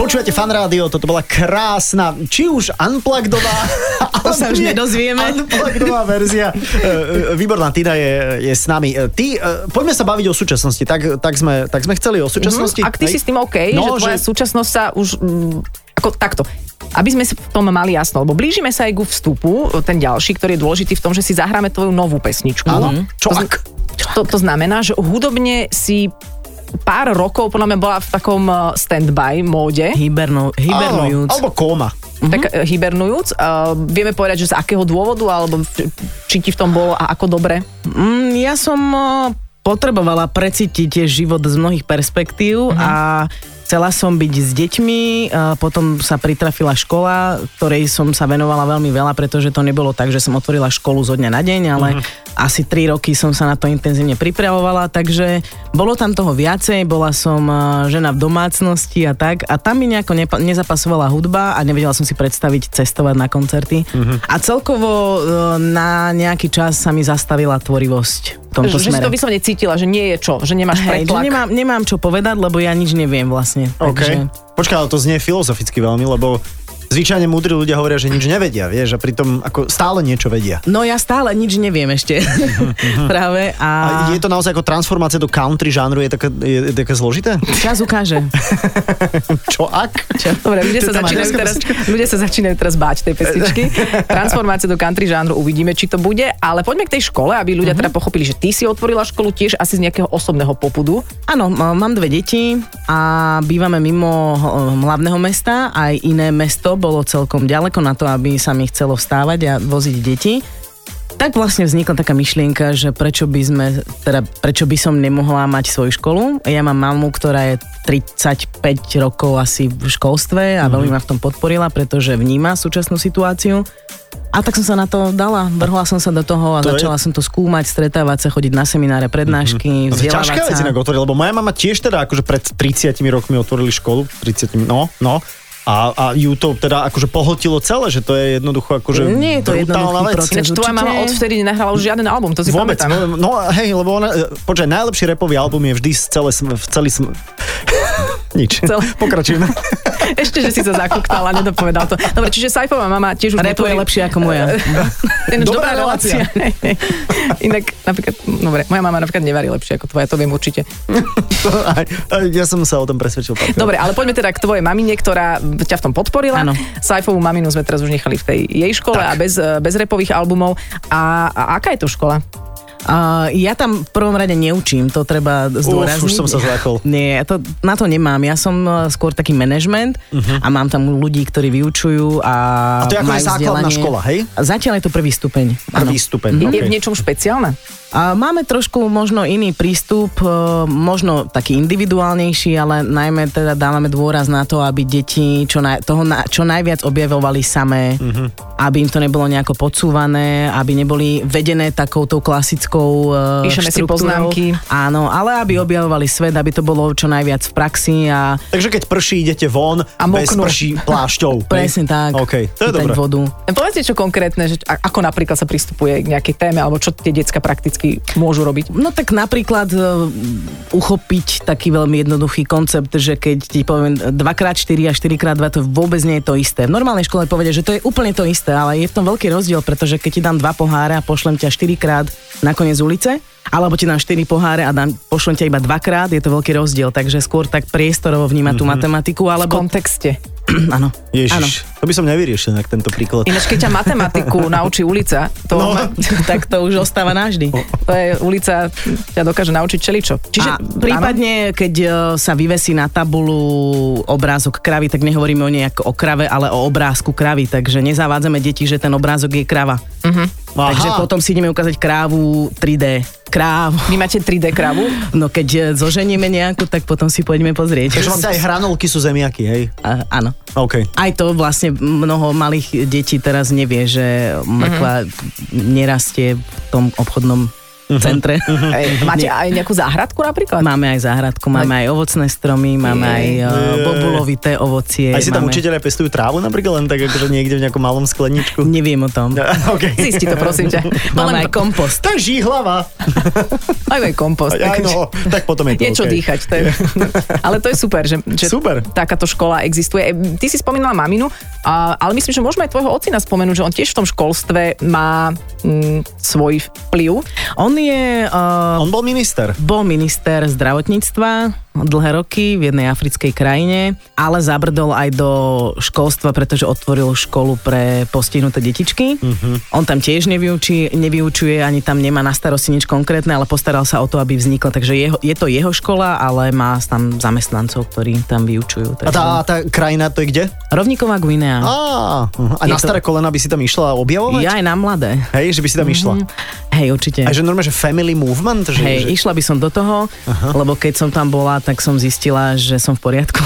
Počúvate fan rádio, toto bola krásna, či už unpluggedová, To sa alebo už nie, nedozvieme. Unpluggedová verzia. E, e, Výborná, Tina je, je s nami. E, Ty, e, poďme sa baviť o súčasnosti, tak, tak, sme, tak sme chceli o súčasnosti. Mhm, Ak ty hej? si s tým OK, no, že tvoja že... súčasnosť sa už... mm, Ako takto. Aby sme si v tom mali jasno, lebo blížime sa aj ku vstupu, ten ďalší, ktorý je dôležitý v tom, že si zahráme tvoju novú pesničku. Áno, čo Mhm. To zn- ak? To, to znamená, že hudobne si pár rokov podľa mňa bola v takom eh, standby móde. Áno, Hiberno, hibernujúc. alebo kóma. Mhm. tak eh, hibernujúc. Uh, vieme povedať, že z akého dôvodu, alebo v- či ti v tom bolo a ako dobre. Mm, ja som o, potrebovala precítiť život z mnohých perspektív mm-hmm. a chcela som byť s deťmi, a potom sa pritrafila škola, ktorej som sa venovala veľmi veľa, pretože to nebolo tak, že som otvorila školu zo dňa na deň, ale mm-hmm. asi 3 roky som sa na to intenzívne pripravovala, takže bolo tam toho viacej, bola som a, žena v domácnosti a tak a tam mi nejako nepa- nezapasovala hudba a nevedela som si predstaviť cestovať na koncerty mm-hmm. a celkovo e, na nejaký čas sa mi zastavila tvorivosť v Že, že tomto si smere. to vyslovne cítila, že nie je čo, že nemáš Hej, že pretlak. nemám, nemám čo povedať, lebo ja nič neviem vlastne. Okay. Takže, Počkaj, ale to znie filozoficky veľmi, lebo zvyčajne múdri ľudia hovoria, že nič nevedia, vieš, a pritom ako stále niečo vedia. no ja stále nič neviem ešte. Práve a... A je to naozaj ako transformácia do country žánru, je také, je, je také zložité? Čas ukáže. Čo ak? Čo? Dobre, ľudia sa, To tam začínajú maďarská teraz, ľudia sa začínajú teraz báť tej pesničky. Transformácia do country žánru, uvidíme, či to bude, ale poďme k tej škole, aby Mhm. ľudia teda pochopili, že ty si otvorila školu tiež asi z nejakého osobného popudu. Áno, m- mám dve deti a bývame mimo h- hlavného mesta, aj iné mesto bolo celkom ďaleko na to, aby sa mi chcelo vstávať a voziť deti. Tak vlastne vznikla taká myšlienka, že prečo by, sme, teda prečo by som nemohla mať svoju školu. Ja mám mamu, ktorá je 35 rokov asi v školstve a Mhm. veľmi ma v tom podporila, pretože vníma súčasnú situáciu. A tak som sa na to dala, vrhla som sa do toho a To je- to začala je... som to skúmať, stretávať sa, chodiť na semináre, No, prednášky, to je vzdelávať ťažká vec sa. inak otvoriť, lebo moja mama tiež teda akože pred 30 rokmi otvorili školu, 30, no, no. A, a ju to teda akože pohltilo celé, že to je jednoducho akože Nie je to brutálna jednoduchý vec. proces. Ináč tvoja určite. mama odvtedy nenahrála už žiaden album, to si Vôbec, pamätám. no, no hej, lebo ona, e, počkaj, najlepší repový album je vždy z celé, sm- v celý sm- Nič, Celé. pokračujeme. Ešte, že si sa zakuktala, nedopovedal to. Dobre, čiže Saifová mama tiež už Repuje netvorí- lepšie ako moja. Ináč, Dobrá dobrá, relácia. Inak napríklad, dobre, moja mama napríklad nevarí lepšie ako tvoja, to viem určite. To aj- aj ja som sa o tom presvedčil. párkrát. Dobre, ale poďme teda k tvojej mamine, ktorá ťa v tom podporila. Áno. Saifovú maminu sme teraz už nechali v tej jej škole a bez, eh, bez repových albumov. A, a aká je to škola? A ja tam v prvom rade neučím, to treba zdôrazniť. už som sa zľakol. Nie, ja to, na to nemám. Ja som eh, skôr taký manažment uh-huh. a mám tam ľudí, ktorí vyučujú a Mhm. A to je akože majú základná vzdelanie. škola, hej? Zatiaľ je to prvý stupeň. áno. Prvý stupeň. Je- Je okej. v niečom špeciálna? A máme trošku možno iný prístup, e, možno taký individuálnejší, ale najmä teda dávame dôraz na to, aby deti čo, naj, toho na, čo najviac objavovali Mhm. samé, mm-hmm. aby im to nebolo nejako podsúvané, aby neboli vedené takouto klasickou uh, Píšeme si poznámky. Áno, ale aby objavovali svet, aby to bolo čo najviac v praxi a Takže keď prší, idete von a bez moknú. prší plášťou. presne tak, OK, to je chytať dobré. vodu. Povedzte čo konkrétne, že a- ako napríklad sa pristupuje k nejakej téme, alebo čo tie decka prakticky môžu robiť? No tak napríklad e, uchopiť taký veľmi jednoduchý koncept, že keď ti poviem 2x4 a 4x2, to vôbec nie je to isté. V normálnej škole povedia, že to je úplne to isté, ale je v tom veľký rozdiel, pretože keď ti dám dva poháre a pošlem ťa 4 krát na koniec ulice, alebo ti dám 4 poháre a dám, pošlem ťa iba dvakrát, je to veľký rozdiel. Takže skôr tak priestorovo vnímať tú matematiku, V alebo... kontexte. Áno. Áno. Ježiš, to by som nevyriešiel inak tento príklad. Ináč, keď ťa matematiku naučí ulica, to, No. no. tak to už ostáva navždy. to je ulica, ťa dokáže naučiť čeličo. Čiže Čiže a prípadne, keď e, sa vyvesí na tabulu obrázok kravy, tak nehovoríme o nejak o krave, ale o obrázku kravy. Takže nezavádzame deti, že ten obrázok je krava. Aha. Takže potom si ideme ukázať krávu 3D. Kráv. Vy máte 3D kravu? No keď e, zoženieme nejakú, tak potom si poďme pozrieť. Takže vám aj hranolky sú zemiaky, hej? A, áno. OK. Aj to vlastne mnoho Mhm. malých detí teraz nevie, že mrkva nerastie v tom obchodnom centre. Mhm. Ej, máte aj nejakú záhradku napríklad? Máme aj záhradku, máme aj ovocné stromy, máme aj eh, bobulovité ovocie. Aj si tam máme... učiteľe pestujú trávu napríklad len tak akože niekde v nejakom malom skleníčku. Neviem o tom. okay. Zisti to, prosím ťa. To len- Máme aj kompost. To je žihlava. Aj aj kompost. Aj, takže- no, tak potom je to Je čo okay. dýchať. To je, ale to je super, že, že Super. takáto škola existuje. E, Ty si spomínala maminu, a, ale myslím, že môžeme aj tvojho ocina spomenúť, že on tiež v tom školstve má mm, svoj vplyv. On je... eh, On bol minister. Bol minister zdravotníctva dlhé roky v jednej africkej krajine, ale zabrdol aj do školstva, pretože otvoril školu pre postihnuté detičky. Mhm. Mm-hmm. On tam tiež nevyučí, nevyučuje, ani tam nemá na starosti nič konkrétne, ale postaral sa o to, aby vznikla. Takže jeho, je to jeho škola, ale má tam zamestnancov, ktorí tam A vyučujú. Takže... tá, a tá krajina to je kde? Rovníková Guinea. Á, a Je na to- staré kolena by si tam išla objavovať? Ja aj na mladé. Hej, že by si tam išla. Hej, určite. A že normálne, že family movement? Že, Hej, že... išla by som do toho, Aha. lebo keď som tam bola, tak som zistila, že som v poriadku.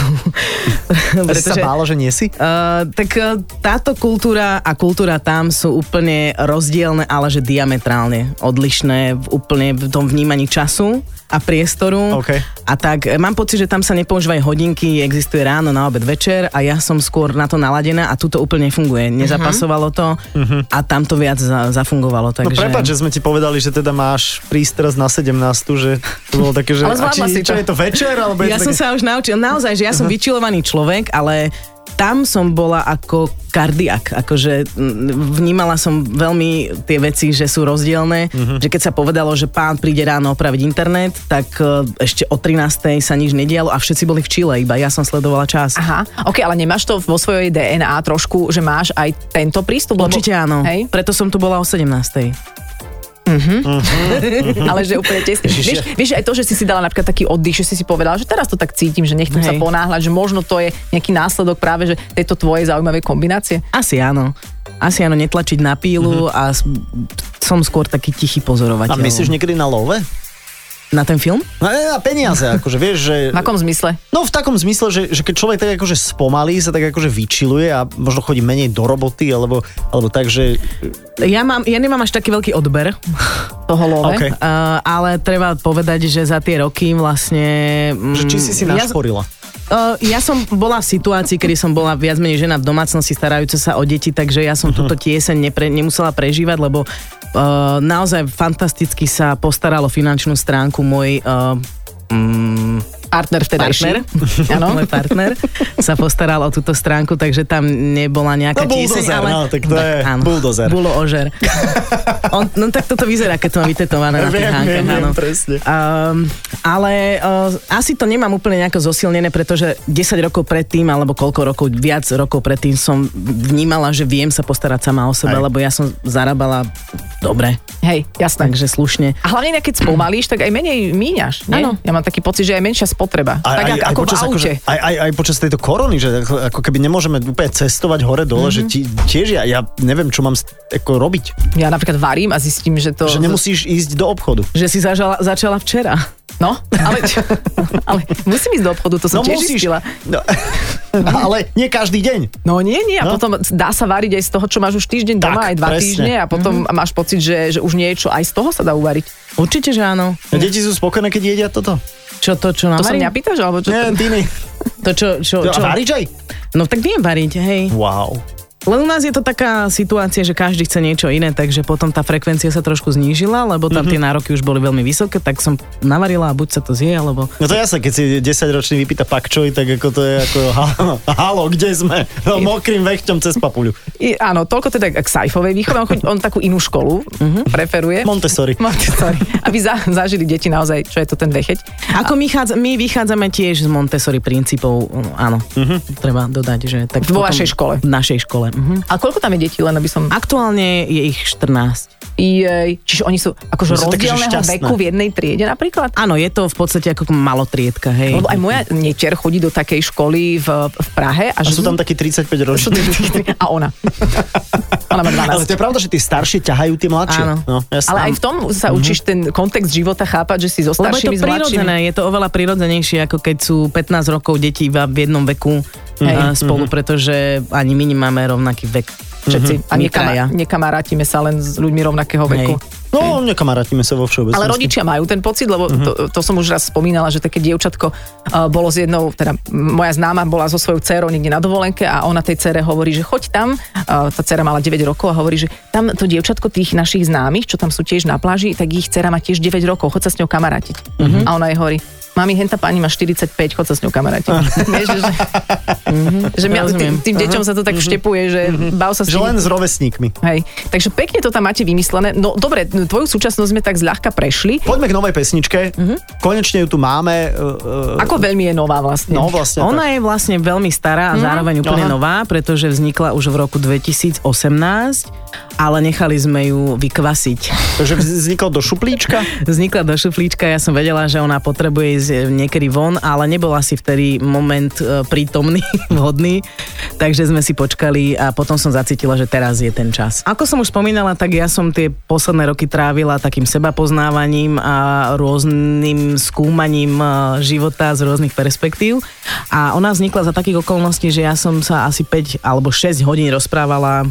A si sa bála, že nie si? Uh, tak eh, táto kultúra a kultúra tam sú úplne rozdielne, ale že diametrálne odlišné v úplne v tom vnímaní času a priestoru. OK. A tak eh, mám pocit, že tam sa nepoužívajú hodinky, existuje ráno, na obed, večer a ja som skôr na to naladená a tu to úplne funguje. Mhm. Nezapasovalo to a tam to viac za, zafungovalo. No Takže... prepáč, že sme ti povedali, že teda máš prísť teraz na 17, že to bolo také, že... Ale a zvládla si čo to. je to večer? Alebo je Ja to som také... sa už naučil, naozaj, že ja som vyčilovaný človek, ale tam som bola ako kardiak, akože mm, vnímala som veľmi tie veci, že sú rozdielne, že keď sa povedalo, že pán príde ráno opraviť internet, tak eh, ešte o 13. sa nič nedialo a všetci boli v Čile, iba ja som sledovala čas. Aha, ok, ale nemáš to vo svojej DNA trošku, že máš aj tento prístup? Lebo- Určite áno, Hej, preto som tu bola o 17. ale že úplne tesne. Vieš, vieš, aj to, že si si dala napríklad taký oddych, že si si povedala, že teraz to tak cítim, že nechcem sa Hej. ponáhľať, že možno to je nejaký následok práve že tejto tvojej zaujímavej kombinácie. Asi áno. Asi áno, netlačiť na pílu a s- som skôr taký tichý A pozorovateľ. myslíš niekedy na love? na ten film? No, na peniaze, akože vieš, že... V akom zmysle? No v takom zmysle, že, že keď človek tak akože spomalí, sa tak akože vyčiluje a možno chodí menej do roboty, alebo, alebo tak, že... Ja, mám, ja nemám až taký veľký odber, Toho love? OK. uh, ale treba povedať, že za tie roky vlastne... Mm, Že či si si ja, našporila. uh, ja som bola v situácii, kedy som bola viac menej žena v domácnosti starajúca sa o deti, takže ja Mhm. som túto tieseň nepre, nemusela prežívať, lebo uh, naozaj fantasticky sa postaralo finančnú stránku môj... Uh, mm, Partner vtedajší. partner, Áno. môj partner sa postaral o túto stránku, takže tam nebola nejaká No, tieseň, buldozer, ale... no, tak to je buldozer. Bolo ožer. On, no tak toto vyzerá, keď to má vytetované na tých Viem, hánkach, viem, viem, áno. presne. Um, ale uh, asi to nemám úplne nejako zosilnené, pretože 10 rokov predtým, alebo koľko rokov, viac rokov predtým som vnímala, že viem sa postarať sama o seba, Aj. lebo ja som zarábala dobre, Hej, jasné. takže slušne. A hlavne inak, keď spomalíš, tak aj menej míňaš. nie? Áno. Ja mám taký pocit, že aj menšia spotreba. tak ak- ako v aute. akože- aj, aj, aj počas tejto korony, že ako, ako keby nemôžeme úplne cestovať hore-dole, mm-hmm. že ti, tiež ja, ja neviem, čo mám s- ako robiť. Ja napríklad varím a zistím, že to... Že nemusíš ísť do obchodu. Že si zažala, začala včera. No, ale, ale musím ísť do obchodu, to som tiež zistila. No, ale nie každý deň. No nie, nie, a No. no. potom dá sa variť aj z toho, čo máš už týždeň Tak, doma, aj dva presne. Mhm. týždne a potom máš pocit, že, že už niečo aj z toho sa dá uvariť. Určite, že áno. A deti sú spokojné, keď jedia toto. Čo to, čo To nám sa mňa pýtaš, alebo čo? Nie, ty nie. To čo, čo, A čo? varíš aj? No tak viem variť, hej. Wow. Len u nás je to taká situácia, že každý chce niečo iné, takže potom tá frekvencia sa trošku znížila, lebo Mhm. tam tie nároky už boli veľmi vysoké, tak som navarila a buď sa to zje, alebo... No to jasné, keď si 10 ročný vypýta pak čoj, tak ako to je ako, halo, halo kde sme? No, mokrým vechťom cez papuľu. I, áno, toľko teda k Saifovej výchove, on, chodí, on takú inú školu Mhm. preferuje. Montessori. Montessori. Aby za, zažili deti naozaj, čo je to ten vecheť. Ako my, chádza, my vychádzame tiež z Montessori princípov, mm, áno, treba dodať, že... Tak Mhm. Vo vašej škole. V našej škole, mhm. A koľko tam je detí, len aby som... Aktuálne je ich 14. Jej, čiže oni sú akože Oni sú také, že rozdielného šťastné. veku v jednej triede napríklad? Áno, je to v podstate ako malotriedka, hej. Lebo aj moja netier chodí do takej školy v, v Prahe a, A sú Mhm. tam takí 35 Sú roční. tam tí- a ona. ona má 12. No, Ale to je pravda, že tí starší ťahajú tie mladšie. Áno. No, jasné. Ale aj v tom sa učíš ten kontext života chápať, že si so Mhm. Lebo je to staršími, s mladšími. prirodzené, je to oveľa prirodzenejšie, ako keď sú 15 rokov deti iba v jednom veku mm-hmm. spolu, pretože ani my nemáme rovnaký vek. Všetci. A My nekama, traja. nekamarátime sa len s ľuďmi rovnakého veku. Hej. No, nekamarátime sa vo všeobecnosti. Ale rodičia majú ten pocit, lebo to, to som už raz spomínala, že také dievčatko uh, bolo s jednou, teda moja známa bola so svojou dcerou niekde na dovolenke a ona tej cere hovorí, že choď tam, uh, tá dcera mala 9 rokov a hovorí, že tam to dievčatko tých našich známych, čo tam sú tiež na pláži, tak ich dcera má tiež 9 rokov, choď sa s ňou kamarátiť. A ona jej hovorí, Mami, henta pani má 45, chod sa s ňou kamaráti. Vieš, že, Mhm. že mňa, tým, tým deťom sa to tak vštepuje, že bav sa s Že nimi. len s rovesníkmi. Hej. Takže pekne to tam máte vymyslené. No dobre, tvoju súčasnosť sme tak zľahka prešli. Poďme k novej pesničke. Konečne ju tu máme. Uh, Mhm. Ako veľmi je nová vlastne? no vlastne. Ona je vlastne veľmi stará a zároveň úplne Aha. nová, pretože vznikla už v roku 2018, ale nechali sme ju vykvasiť. tak. Takže vznikol do šuplíčka. Vznikla do šuflíčka, ja som vedela, že ona potrebuje ísť eh, niekedy von, ale nebol asi vtedy moment eh, prítomný, vhodný, takže sme si počkali a potom som zacítila, že teraz je ten čas. Ako som už spomínala, tak ja som tie posledné roky trávila takým sebapoznávaním a rôznym skúmaním eh, života z rôznych perspektív a ona vznikla za takých okolností, že ja som sa asi 5 alebo 6 hodín rozprávala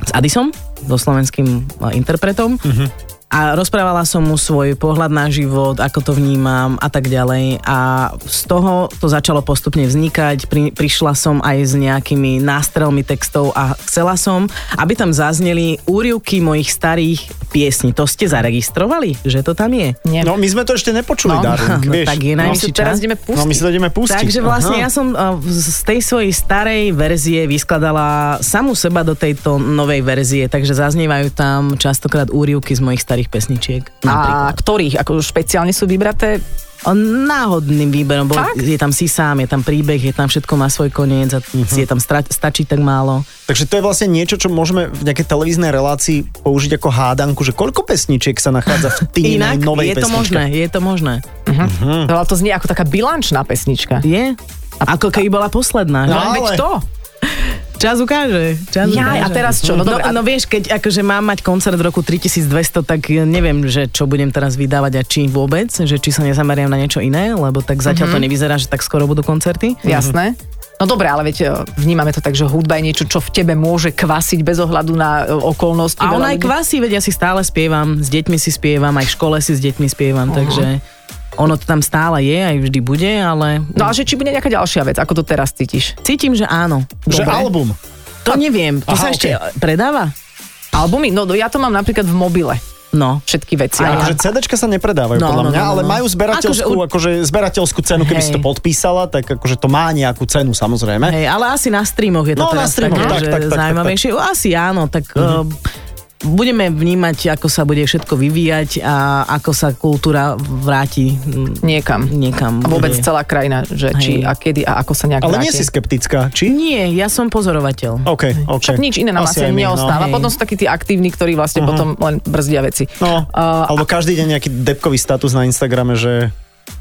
s Adisom, so slovenským eh, interpretom. Uh-huh a rozprávala som mu svoj pohľad na život, ako to vnímam a tak ďalej. A z toho to začalo postupne vznikať. Pri, prišla som aj s nejakými nástrelmi textov a chcela som, aby tam zazneli úrivky mojich starých piesní. To ste zaregistrovali, že to tam je? Nie. No my sme to ešte nepočuli, No, Darling, no, vieš. tak je my najvyšší si čas. teraz ideme pustiť. No my si to ideme pustiť. Takže vlastne Aha. ja som uh, z tej svojej starej verzie vyskladala samu seba do tejto novej verzie, takže zaznievajú tam častokrát úrivky z mojich starých pesničiek. Napríklad. A ktorých? Ako špeciálne sú vybraté? O náhodným výberom, bo Fakt? je tam si sám, je tam príbeh, je tam všetko má svoj koniec a Mhm. uh-huh. je tam stra- stačí tak málo. Takže to je vlastne niečo, čo môžeme v nejakej televíznej relácii použiť ako hádanku, že koľko pesničiek sa nachádza v týnej Inak novej je to pesničke. možné, je to možné. Hm. Ale to znie ako taká bilančná pesnička. Je? Ako keby bola posledná. No, No. ale- veď to. Čas ukáže. Jaj, Čas ukáže. a teraz čo? No, No, no, dobre, a- no vieš, keď akože mám mať koncert v roku 3200, tak ja neviem, že čo budem teraz vydávať a či vôbec, že či sa nezameriam na niečo iné, lebo tak Mhm. zatiaľ mm-hmm. to nevyzerá, že tak skoro budú koncerty. Jasné. No dobre, ale veď e, vnímame to tak, že hudba je niečo, čo v tebe môže kvasiť bez ohľadu na e, okolnosti. A Veľa ona aj ľudí- kvasí, veď ja si stále spievam, s deťmi si spievam, aj v škole si s deťmi Mhm. spievam, takže ono to tam stále je, aj vždy bude, ale No a že či bude nejaká ďalšia vec, ako to teraz cítiš? cítim, že áno. Že Dobre. album. To neviem, Aha, to sa ok. ešte predáva? Albumy? No ja to mám napríklad v mobile. No. Všetky veci. Aj, Akože CDčka sa nepredávajú No, podľa no, mňa, no, no, ale no. majú zberateľskú, akože, Akože zberateľskú cenu, keby Hej. si to podpísala, tak akože to má nejakú cenu samozrejme. Hej, ale asi na streamoch je to No, na teraz streamoch, také, tak, že tak, tak, Mhm. tak, zaujímavejšie. Asi áno, tak eh, budeme vnímať, ako sa bude všetko vyvíjať a ako sa kultúra vráti mm, Niekam. niekam. Hm. A vôbec Nie. celá krajina, že či Hej. a kedy a ako sa nejak Ale nie vráti. si skeptická, či? Nie, ja som pozorovateľ. OK, OK. Však nič iné nám aj asi, my, no. neostáva. Hej. Potom sú takí tí aktívni, ktorí vlastne potom len brzdia veci. No, Uh, Eh, alebo každý deň nejaký depkový status na Instagrame, že...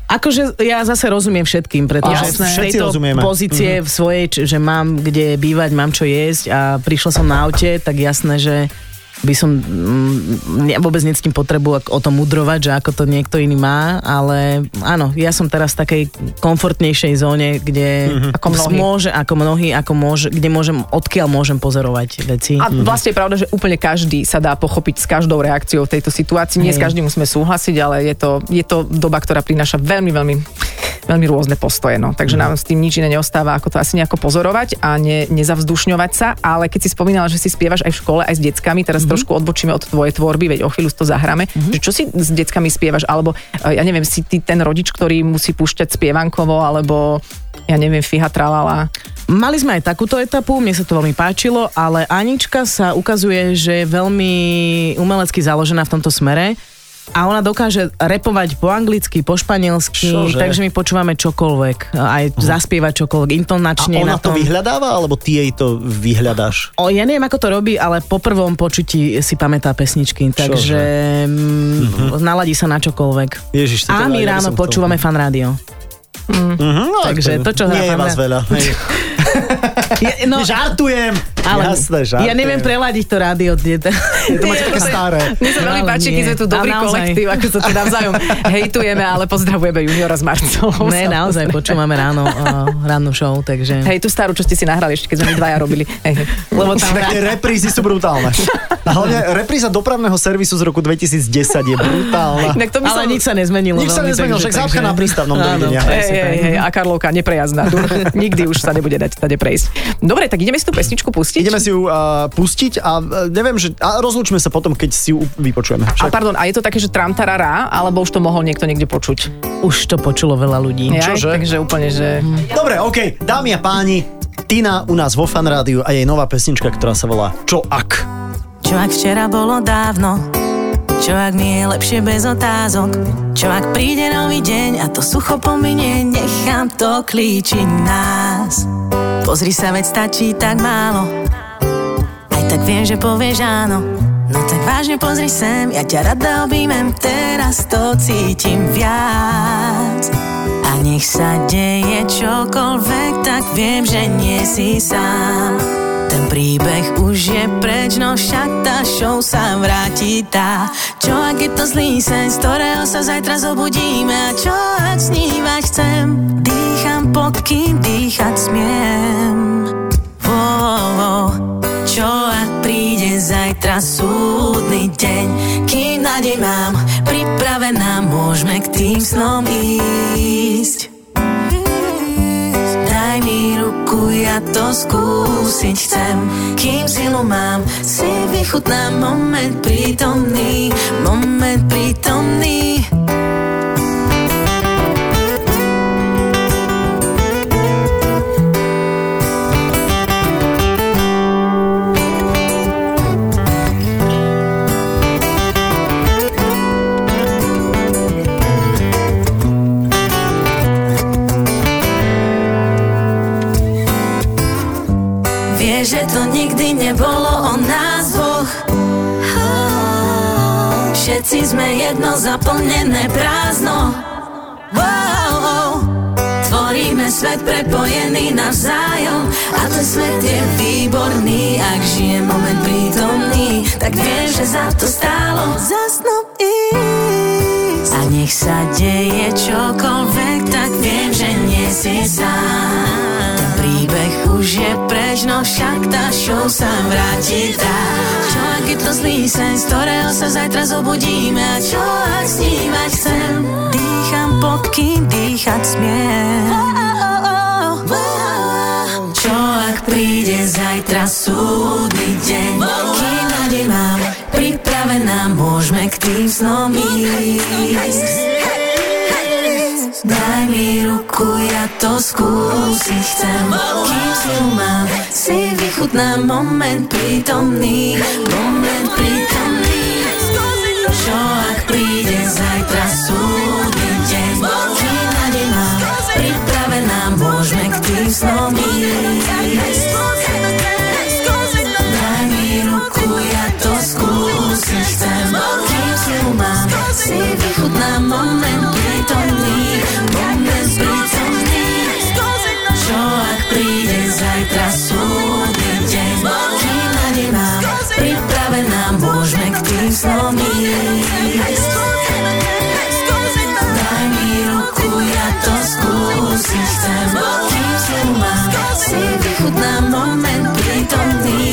Akože ja zase rozumiem všetkým, pretože Jasné. z Všetci tejto rozumieme. Mhm. pozície v svojej, č- že mám kde bývať, mám čo jesť a prišla som na aute, tak jasné, že by som mm, ja vôbec necítim potrebu ak- o tom mudrovať, že ako to niekto iný má, ale áno, ja som teraz v takej komfortnejšej zóne, kde Mhm. Ako s- mnohí. môže, ako mnohí, ako môže, kde môžem, odkiaľ môžem pozorovať veci. A vlastne je pravda, že úplne každý sa dá pochopiť s každou reakciou v tejto situácii. Nie s Hej. každým musíme súhlasiť, ale je to, je to doba, ktorá prináša veľmi, veľmi veľmi rôzne postoje. No. Takže nám s tým nič iné neostáva, ako to asi nejako pozorovať a ne, nezavzdušňovať sa. Ale keď si spomínala, že si spievaš aj v škole, aj s deckami, teraz mm-hmm. trošku odbočíme od tvojej tvorby, veď o chvíľu si to zahráme. Mm-hmm. Že čo si s deckami spievaš? Alebo e, ja neviem, si ty ten rodič, ktorý musí púšťať spievankovo, alebo ja neviem, fiha tralala. Mali sme aj takúto etapu, mne sa to veľmi páčilo, ale Anička sa ukazuje, že je veľmi umelecky založená v tomto smere a ona dokáže repovať po anglicky, po španielsky, Čože? Mhm. takže my počúvame čokoľvek, aj zaspieva čokoľvek, A intonačne na ona to tom. vyhľadáva, alebo ty jej to vyhľadáš? O, ja neviem, ako to robí, ale po prvom počutí si pamätá pesničky, takže mm, naladí sa na čokoľvek. Ježiš, Mhm. to A teda, ja my by som ráno chcel. počúvame fan rádio. Mhm, no, Takže to, čo hrá Nie je pán vás Ra- veľa. hej. Je, no, Žartujem! ale Jasné, žartujem. ja neviem preladiť to rádio. Je to máte také staré. Mne sa veľmi Ale páči, keď nie. sme tu dobrý A naozaj. kolektív, ako sa teda vzájom hejtujeme, ale pozdravujeme juniora s Marcou. Ne, naozaj počúvame ráno, uh, ráno show, takže... Hej, tú starú, čo ste si nahrali ešte, keď sme my dvaja robili. Hej, hej. Lebo tam Tak tie reprízy sú brutálne. A hlavne repríza dopravného servisu z roku 2010 je brutálna. Inak to by Ale som... nič sa nezmenilo. Nič sa veľmi, nezmenilo, takže- však zápcha takže- na prístavnom, Áno, dovidenia. Hej, presne hej, tak. hej, a Karlovka, neprejazná. dur. Nikdy už sa nebude dať tady prejsť. Dobre, tak ideme si tú pesničku pustiť. Ideme si ju uh, pustiť a uh, neviem, že a rozlúčme sa potom, keď si ju vypočujeme. A Však. pardon, a je to také, že tramtarará, alebo už to mohol niekto niekde počuť? Už to počulo veľa ľudí. Jaj, No Čože? Takže úplne, že... Dobre, OK, dámy a páni, Tina u nás vo Fan Rádiu a jej nová pesnička, ktorá sa volá Čo ak? Čo ak včera bolo dávno? Čo ak mi je lepšie bez otázok? Čo ak príde nový deň a to sucho pominie? Nechám to klíči nás. Pozri sa, veď stačí tak málo. Aj tak viem, že povieš áno. No tak vážne pozri sem, ja ťa rada objímem, teraz to cítim viac. A nech sa deje čokoľvek, tak viem, že nie si sám. Ten príbeh už je preč, no však tá show sa vráti tá. Čo ak je to zlý sen, z ktorého sa zajtra zobudíme a čo ak snívať chcem? Dýcham pod kým dýchať smiem. Wow, čo ak príde zajtra súdny deň, kým nádej mám, pripravená môžeme k tým snom ísť. Daj mi ruku, ja to skúsiť chcem, kým silu mám, si vychutnám moment prítomný, moment prítomný. Vieš, že to nikdy nebolo o nás dvoch Všetci sme jedno zaplnené prázdno wow. Tvoríme svet prepojený navzájom A ten svet je výborný Ak žije moment prítomný Tak vieš, že za to stálo Zasnú ísť A nech sa deje čokoľvek Tak viem, že nie si sám Ten príbeh už je preč No však tá show sa vráti tá Čo ak je to zlý sen Z ktorého sa zajtra zobudíme A čo ak snívať chcem Dýcham pod kým dýchať smiem Čo ak príde zajtra súdny deň Kým nádej mám Pripravená môžeme k tým snom ísť Daj mi ruku, ja to skúsiť chcem Kým si ju mám, si vychutnám moment prítomný Moment prítomný Čo ak príde zajtra súdny deň Kým nádej mám, pripravená môžeme k tým snom ísť Daj mi ruku, ja to skúsiť chcem Kým si ju mám, si vychutnám moment prítomný Moment prítomný Čo ak príde zajtra súdny deň Kým nádej mám, pripravená môžeme k tým snom ísť Daj mi ruku, ja to skúsiť chcem Kým si ju mám, si vychutnám moment prítomný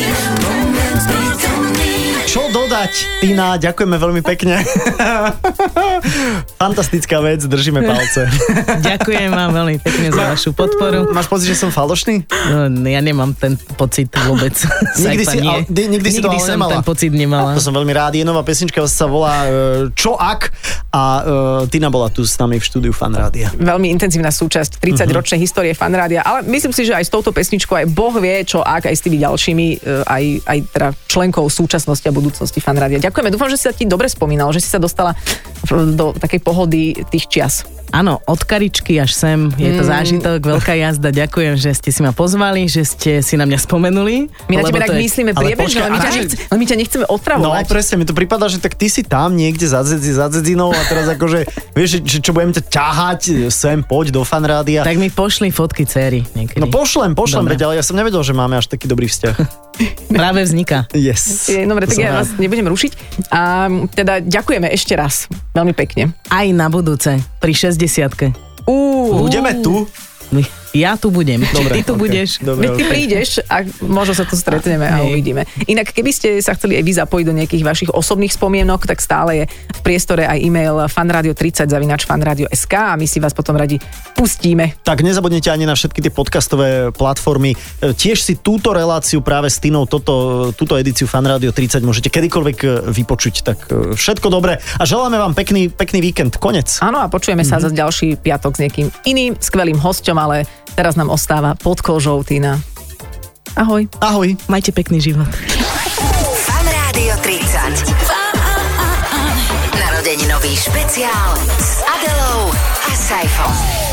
Moment prítomný Čo dodať? Tina, ďakujeme veľmi pekne. Fantastická vec, držíme palce. Ďakujem vám veľmi pekne za vašu podporu. Máš pocit, že som falošný? No, ja nemám ten pocit vôbec. Nikdy Sajpa si- nie. ale- nikdy si to ale som nemala. ten pocit nemala. To som veľmi rád. Je nová pesnička, sa volá e, Čo ak? A e, Tina bola tu s nami v štúdiu Fan Rádia. veľmi intenzívna súčasť 30-ročnej histórie fanrádia, ale myslím si, že aj s touto pesničkou aj Boh vie, čo ak aj s tými ďalšími, e, aj, aj teda členkou súčasnosti a budúcnosti fan rádia. Ďakujeme, dúfam, že si sa ti dobre spomínal, že si sa dostala do takej pohody tých čias. Áno, od karičky až sem. Je Mm. to zážitok, veľká jazda. Ďakujem, že ste si ma pozvali, že ste si na mňa spomenuli. My na tebe lebo tak to je- myslíme Ale priebežne, počkaj, ale my, ťa ale- nechce, ale my ťa nechceme No otravovať. presne, mi to prípada, že tak ty si tam niekde za, dzedzi, za dedzinou a teraz akože, vieš, že, že čo budem ťa ťahať sem, poď do fanrádia. Tak mi pošli fotky céry niekedy. No pošlem, pošlem, Dobre. veď, ale ja som nevedel, že máme až taký dobrý vzťah. Práve vzniká. Yes. Je, E, Dobre, tak Som ja rád. vás nebudem rušiť. A teda ďakujeme ešte raz. Veľmi pekne. Aj na budúce, pri 60 Uú, Budeme tu. Ja tu budem. Dobre, Ty tu ok. budeš. Dobre, Veď ty ok. prídeš a možno sa tu stretneme a Hej. uvidíme. Inak, keby ste sa chceli aj vy zapojiť do nejakých vašich osobných spomienok, tak stále je v priestore aj e-mail fanradio30 zavinač fanradio.sk a my si vás potom radi pustíme. Tak nezabudnite ani na všetky tie podcastové platformy. E, Tiež si túto reláciu práve s Tinou, toto, túto edíciu Fanrádio 30 môžete kedykoľvek e, vypočuť. Tak e, všetko dobré a želáme vám pekný, pekný víkend. Konec. Áno, a Mhm. počujeme sa za ďalší piatok s niekým iným skvelým hosťom, ale teraz nám ostáva pod kožou Tina. Ahoj. Ahoj. Majte pekný život. Fan Rádio 30. Narodeninový špeciál s Adelou a Saifom.